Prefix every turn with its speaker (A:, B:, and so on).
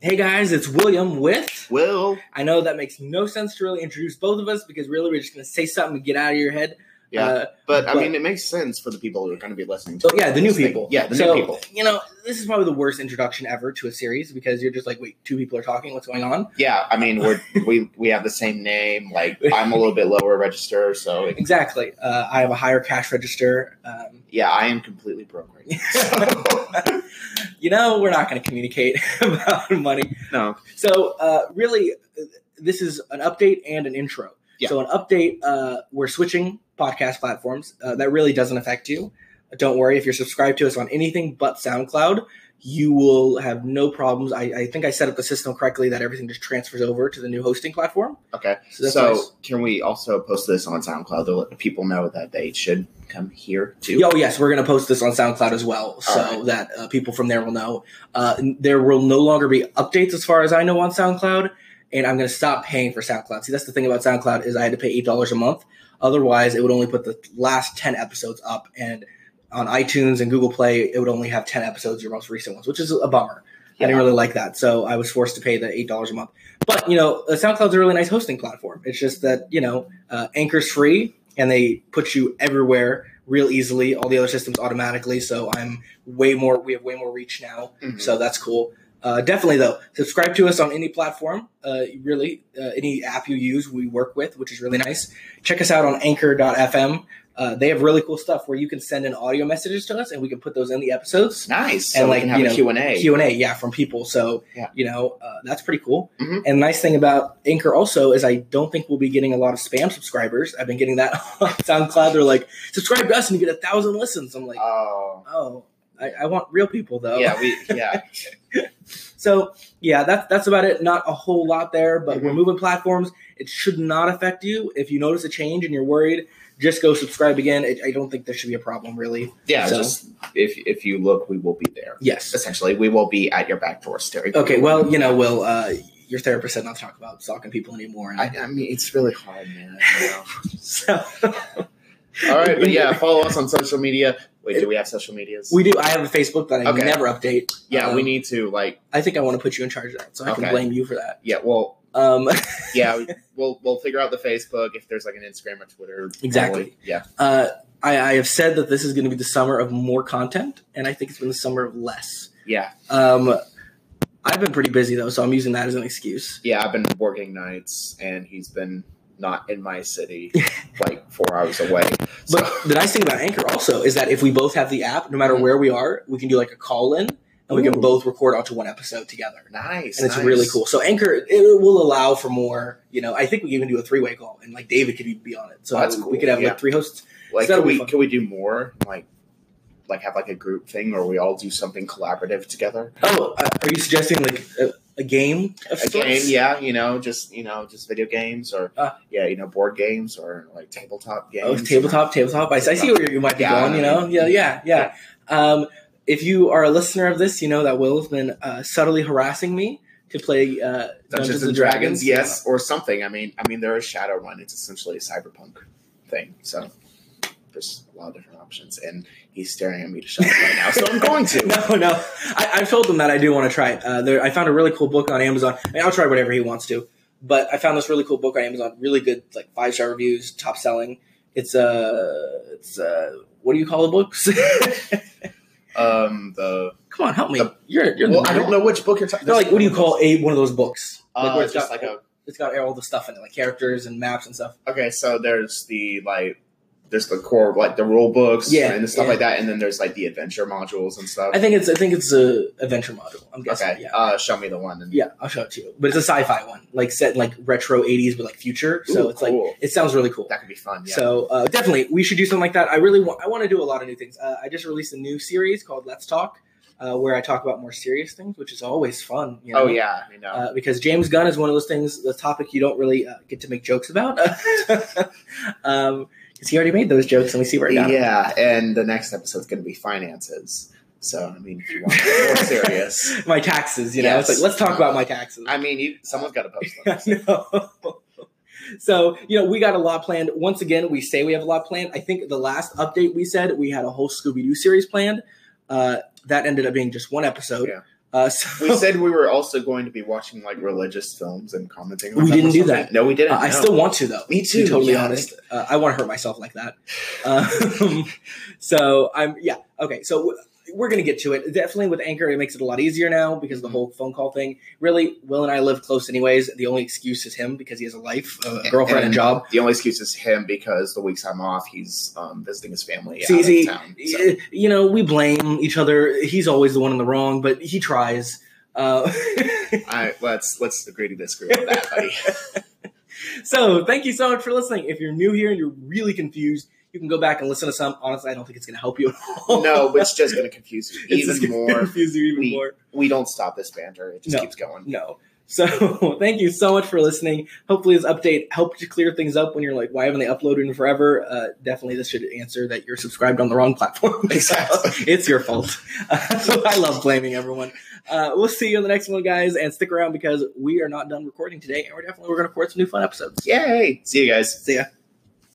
A: Hey guys, it's William with.
B: Will.
A: I know that makes no sense to really introduce both of us because really we're just going to say something and get out of your head.
B: Yeah.
A: Uh,
B: but, I
A: but-
B: mean, it makes sense for the people who are going to be listening to
A: so yeah, the new
B: this thing.
A: people.
B: Yeah, the
A: So,
B: new people.
A: You know, this is probably the worst introduction ever to a series because you're just like, wait, two people are talking. What's going on?
B: Yeah, I mean, we're, we we have the same name. Like, I'm a little bit lower register, so it,
A: Exactly. Uh, I have a higher cash register. Um,
B: yeah, I am completely broke right now.
A: you know, we're not going to communicate about money.
B: no,
A: So, uh, really, uh, this is an update and an intro.
B: Yeah.
A: So, an update, uh, we're switching podcast platforms. Uh, that really doesn't affect you. Don't worry. If you're subscribed to us on anything but SoundCloud, you will have no problems. I, I think I set up the system correctly that everything just transfers over to the new hosting platform.
B: okay.
A: So,
B: So,
A: that's nice.
B: can we also post this on SoundCloud to let people know that they should come here too?
A: Oh yes, we're going to post this on SoundCloud as well, so
B: Alright.
A: that uh, people from there will know. Uh, n- there will no longer be updates, as far as I know, on SoundCloud, and I'm going to stop paying for SoundCloud. See, that's the thing about SoundCloud is I had to pay eight dollars a month. Otherwise, it would only put the last ten episodes up, and on iTunes and Google Play, it would only have ten episodes, your most recent ones, which is a bummer. I
B: Yeah.
A: didn't really like that, so I was forced to pay the eight dollars a month. But you know, uh, SoundCloud's a really nice hosting platform. It's just that you know, uh, Anchor's free and they put you everywhere real easily all the other systems automatically so i'm way more we have way more reach now
B: Mhm.
A: so that's cool uh, definitely though subscribe to us on any platform uh, really uh, any app you use we work with which is really nice check us out on anchor.fm uh, they have really cool stuff where you can send in audio messages to us and we can put those in the episodes
B: nice.
A: And,
B: so
A: like,
B: we can have
A: you
B: a
A: know,
B: Q and A.
A: q&a yeah from people so
B: Yeah.
A: you know uh, that's pretty cool
B: Mhm.
A: and the nice thing about anchor also is i don't think we'll be getting a lot of spam subscribers i've been getting that on soundcloud they're like subscribe to us and you get a thousand listens i'm like
B: Oh,
A: oh I, I want real people though
B: yeah, we yeah.
A: so yeah that's that's about it not a whole lot there but
B: Mm-hmm.
A: we're moving platforms it should not affect you if you notice a change and you're worried just go subscribe again it, i don't think there should be a problem really
B: Yeah,
A: So-
B: just if if you look, we will be there.
A: yes
B: Essentially, we will be at your back door staring.
A: okay well you know will uh, your therapist said not to talk about stalking people anymore and
B: I, I mean, it's really hard, man. you know.
A: So
B: All right, but yeah, follow us on social media. Wait, do we have social medias?
A: we do. I have a Facebook that I
B: Okay.
A: never update.
B: yeah, we
A: Um,
B: need to like
A: I think I want to put you in charge of that, so I can
B: Okay.
A: blame you for that.
B: yeah, well,
A: Um,
B: yeah, we'll we'll figure out the Facebook if there's like an Instagram or Twitter.
A: Exactly.
B: probably. Yeah.
A: uh, I, I have said that this is going to be the summer of more content, and I think it's been the summer of less.
B: Yeah.
A: Um, I've been pretty busy though, so I'm using that as an excuse.
B: Yeah, I've been working nights and he's been not in my city, like 4 hours away. So Mm-hmm.
A: But the nice thing about Anchor also is that if we both have the app, no matter where we are, we can do like a call in, and we can
B: Ooh.
A: both record onto one episode together.
B: nice.
A: and it's
B: nice.
A: really cool. So Anchor it will allow for more. You know, I think we can even do a three way call, and like David could be on it. So
B: Oh, that's
A: we
B: cool.
A: could have
B: Yeah.
A: like three hosts.
B: Like
A: That'll
B: can
A: be
B: we
A: fun.
B: can we do more like like have like a group thing where we all do something collaborative together?
A: Oh, uh, are you suggesting like a, a game? Of
B: a
A: sorts?
B: game, yeah, you know, just you know, just video games or
A: Ah.
B: yeah, you know, board games or like tabletop games.
A: Oh, tabletop, tabletop. I, I see where you might be
B: Yeah.
A: going. You know, yeah, yeah, yeah. Um, if you are a listener of this, you know that Will's been uh, subtly harassing me to play uh, Dungeons,
B: Dungeons and Dragons, yes, or something. I mean, I mean, there is Shadowrun. It's essentially a cyberpunk thing. So there's a lot of different options, and he's staring at me to shut up right now. So I'm going to.
A: No, no. I, I've told them that I do want to try it. Uh, there, I found a really cool book on Amazon. I mean, I'll try whatever he wants to, but I found this really cool book on Amazon. Really good, like five star reviews, top selling. It's uh, it's uh, what do you call the books?
B: Um, the
A: Come on, help me.
B: The-
A: you're you're.
B: well,
A: the
B: I don't know which book you're talking.
A: They're like, what do you call a one of those books?
B: Uh,
A: where
B: it's just like a
A: it's got all the stuff in it, like characters and maps and stuff.
B: okay. So there's the like. There's the core, like the rule books,
A: Yeah,
B: and stuff
A: yeah.
B: like that, and then there's like the adventure modules and stuff.
A: I think it's I think it's a adventure module. I'm guessing.
B: okay,
A: Yeah.
B: uh, show me the one. And,
A: Yeah, I'll show it to you. But it's a sci-fi one, like set in like retro '80s with like future. So
B: Ooh,
A: it's like
B: cool.
A: it sounds really cool.
B: that could be fun. Yeah.
A: So uh, definitely, we should do something like that. I really want. I want to do a lot of new things. Uh, I just released a new series called Let's Talk, uh, where I talk about more serious things, which is always fun. You know?
B: Oh yeah, I know.
A: Uh, because James Gunn is one of those things, the topic you don't really uh, get to make jokes about, um, because he already made those jokes, and we see where it got. him.
B: yeah, and the next episode's going to be finances. So I mean, if you want to get more serious,
A: My taxes, you know. It's
B: Yes.
A: like let's talk about my taxes.
B: I mean, you, someone's got to post them.
A: no. So, you know, we got a lot planned. Once again, we say we have a lot planned. I think the last update we said we had a whole Scooby Doo series planned. Uh, that ended up being just one episode.
B: Yeah.
A: Uh, so,
B: We said we were also going to be watching like religious films and commenting. on
A: We
B: them or
A: didn't do
B: something.
A: that.
B: No, we didn't.
A: Uh, I
B: no.
A: still want to though.
B: Me
A: to be
B: too,
A: totally
B: yeah.
A: honest, uh, I want to hurt myself like that. Um, so I'm yeah okay. So w- we're gonna get to it. Definitely with Anchor, it makes it a lot easier now because the whole phone call thing. Really, Will and I live close anyways. The only excuse is him because he has a life, a girlfriend, and
B: And
A: a job.
B: The only excuse is him because the weeks I'm off, he's um, visiting his family
A: See,
B: out
A: see,
B: of town. So.
A: y- you know we blame each other. He's always the one in the wrong, but he tries. Uh,
B: I, let's let's agree to disagree on that, buddy.
A: So thank you so much for listening. If you're new here and you're really confused, you can go back and listen to some. Honestly, I don't think it's going to help you at all.
B: no, but it's just going to confuse you
A: it's just
B: even
A: gonna
B: more.
A: confuse you even
B: We-
A: more.
B: We don't stop this banter; it just
A: No.
B: keeps going.
A: No. So thank you so much for listening. Hopefully this update helped to clear things up when you're like, why haven't they uploaded in forever? Uh, definitely this should answer that you're subscribed on the wrong platform.
B: Exactly.
A: it's your fault. Uh, I love blaming everyone. Uh, we'll see you in the next one, guys, and stick around because we are not done recording today, and we're definitely we're going to record some new fun episodes.
B: Yay! See you guys.
A: See ya.